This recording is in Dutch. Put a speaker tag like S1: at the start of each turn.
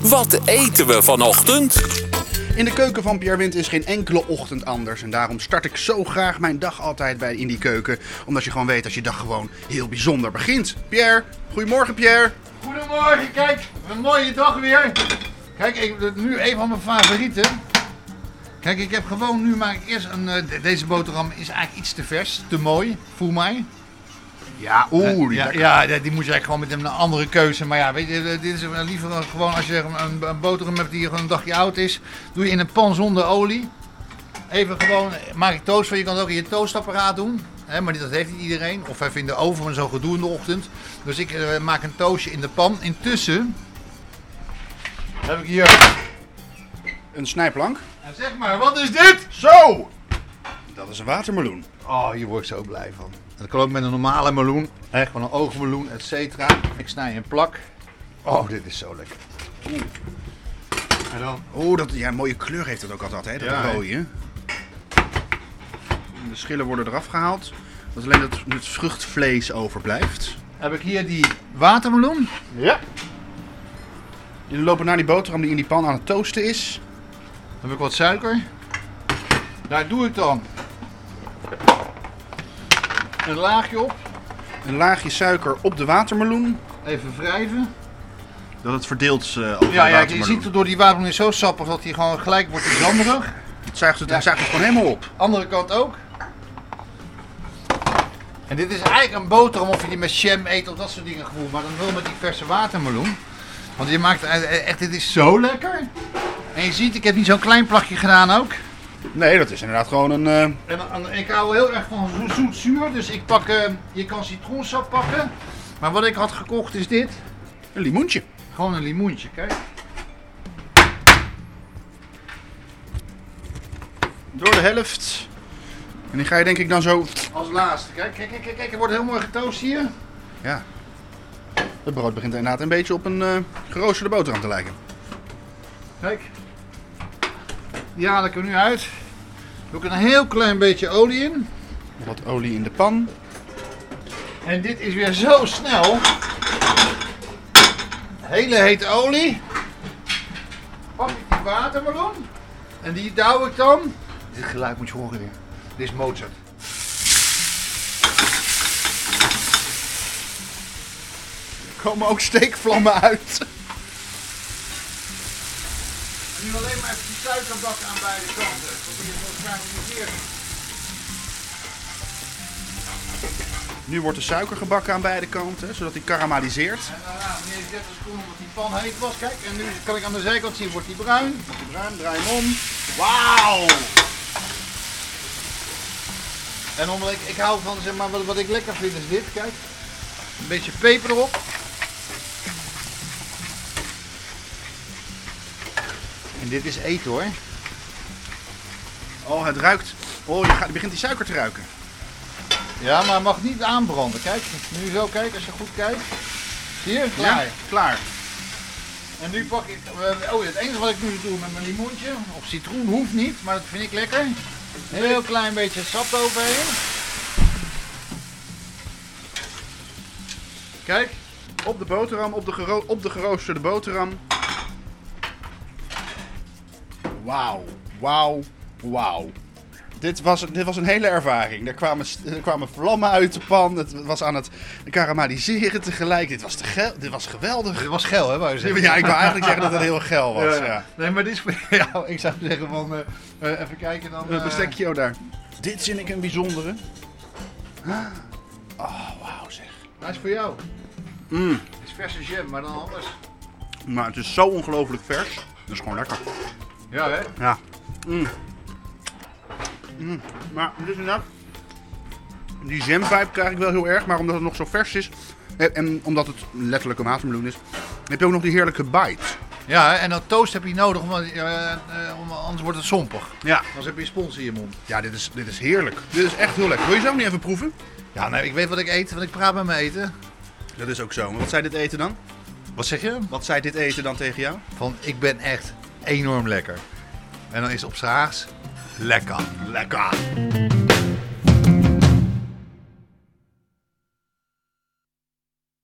S1: Wat eten we vanochtend?
S2: In de keuken van Pierre Wind is geen enkele ochtend anders. En daarom start ik zo graag mijn dag altijd bij in die keuken. Omdat je gewoon weet dat je dag gewoon heel bijzonder begint. Pierre, goedemorgen Pierre.
S3: Goedemorgen, kijk, een mooie dag weer. Kijk, ik, dit is nu een van mijn favorieten. Kijk, ik heb gewoon nu maak ik eerst een. eh, de- deze boterham is eigenlijk iets te vers, te mooi, voel mij.
S2: Ja, oeh, die
S3: ja,
S2: lekker.
S3: ja, die die moet je eigenlijk gewoon met een andere keuze. Maar ja, weet je, eh, dit is eh, liever eh, gewoon als je een, een boterham hebt die gewoon een dagje oud is. Doe je in een pan zonder olie. Even gewoon, eh, maak ik toast van. Je kan het ook in je toastapparaat doen. Hè, maar dat heeft niet iedereen. Of even in de oven, maar zo gedoe in de ochtend. Dus ik eh, maak een toastje in de pan. Intussen heb ik hier...
S2: Een snijplank.
S3: En zeg maar, wat is dit?
S2: Zo! Dat is een watermeloen.
S3: Oh, hier word ik zo blij van. Dat kan ook met een normale meloen. Echt gewoon een oogmeloen, et cetera. Ik snij een plak. Oh, dit is zo lekker. En dan
S2: Oeh, dat, ja, een mooie kleur heeft het ook altijd, hè? Dat
S3: Ja, hè?
S2: rode. De schillen worden eraf gehaald. Dat alleen het, het vruchtvlees overblijft.
S3: heb ik hier die watermeloen. Ja.
S2: Jullie lopen naar die boterham die in die pan aan het toasten is.
S3: Heb ik wat suiker. Daar doe ik dan een laagje op.
S2: Een laagje suiker op de watermeloen.
S3: Even wrijven.
S2: Dat het verdeelt eh over
S3: Ja,
S2: de
S3: ja je
S2: watermeloen.
S3: ziet het door die watermeloen is zo sappig dat hij gewoon gelijk wordt zanderig.
S2: Het zuigt het,
S3: Ja.
S2: het zuigt het gewoon helemaal op.
S3: Andere kant ook. En dit is eigenlijk een boterham of je die met jam eet of dat soort dingen gevoel. Maar dan wel met die verse watermeloen. Want je maakt eh, echt, dit is zo lekker. En je ziet, ik heb niet zo'n klein plakje gedaan ook.
S2: Nee, dat is inderdaad gewoon een... eh,
S3: En, en ik hou heel erg van zo- zoet zuur. Dus ik pak, eh, je kan citroensap pakken. Maar wat ik had gekocht is dit.
S2: Een limoentje.
S3: Gewoon een limoentje, kijk.
S2: Door de helft. En die ga je denk ik dan zo...
S3: Als laatste, kijk, kijk, kijk, kijk, kijk, er wordt heel mooi getoast hier.
S2: Ja. Het brood begint inderdaad een beetje op een eh, geroosterde boterham te lijken.
S3: Kijk. Die haal ik er nu uit. Doe ik een heel klein beetje olie in.
S2: Nog Wat olie in de pan.
S3: En dit is weer zo snel. Hele hete olie. Pak ik die watermeloen. En die douw ik dan. Dit geluid moet je horen weer. Dit is Mozart.
S2: Er komen ook steekvlammen uit.
S3: Nu alleen maar even die suikerbak aan beide kanten. Probeer het zo graag te vereren.
S2: Nu wordt de suiker gebakken aan beide kanten, zodat die karamelliseert.
S3: En daarna meneer 30 seconden omdat die pan heet was. Kijk, en nu kan ik aan de zijkant zien, wordt die bruin.
S2: Ruim, draai hem om.
S3: Wauw! En omdat ik, ik hou van, zeg maar, wat, wat ik lekker vind is dit, kijk. Een beetje peper erop. En dit is eten hoor.
S2: Oh, het ruikt. Oh, je, gaat, je begint die suiker te ruiken.
S3: Ja, maar het mag niet aanbranden. Kijk, nu zo, kijk, als je goed kijkt. Zie je?
S2: Ja,
S3: Klaar.
S2: klaar.
S3: En nu pak ik, eh, oh, het enige wat ik nu doe met mijn limoentje, of citroen hoeft niet, maar dat vind ik lekker. Een heel klein beetje sap overheen. Kijk,
S2: Op de boterham, op de, gero- op de geroosterde boterham. Wauw, wauw, wauw. Dit was, dit was een hele ervaring. Er kwamen, st- er kwamen vlammen uit de pan. Het was aan het karamelliseren tegelijk. Dit was, te gel- dit was geweldig.
S3: dit was geil hè, wou je zeggen.
S2: Ja, ik wil eigenlijk zeggen dat het heel geil was. Ja.
S3: Nee, maar dit is voor jou. Ik zou zeggen van, eh, eh, even kijken dan.
S2: Een
S3: eh,
S2: bestekje ook daar. Dit vind ik een bijzondere. Oh, wauw zeg.
S3: Hij is voor jou.
S2: Mm.
S3: Het is verse jam, maar dan anders.
S2: Maar het is zo ongelooflijk vers. Dat is gewoon lekker.
S3: Ja hè?
S2: Ja. Mm. Mm. Maar dit is inderdaad... Die jam-vibe krijg ik wel heel erg, maar omdat het nog zo vers is... En, en omdat het letterlijk een watermeloen is... heb je ook nog die heerlijke bite.
S3: Ja, hè, en dat toast heb je nodig, want, eh, eh, om- anders wordt het sompig.
S2: Ja.
S3: Anders heb je spons in je mond.
S2: Ja, dit is, dit is heerlijk. Dit is echt heel lekker. Wil je zo niet even proeven?
S3: Ja, nee, ik weet wat ik eet, want ik praat met mijn eten.
S2: Dat is ook zo. Maar wat zei dit eten dan?
S3: Wat zeg je?
S2: Wat zei dit eten dan tegen jou?
S3: Van ik ben echt enorm lekker. En dan is het op z'n Haags lekker.
S2: Lekker.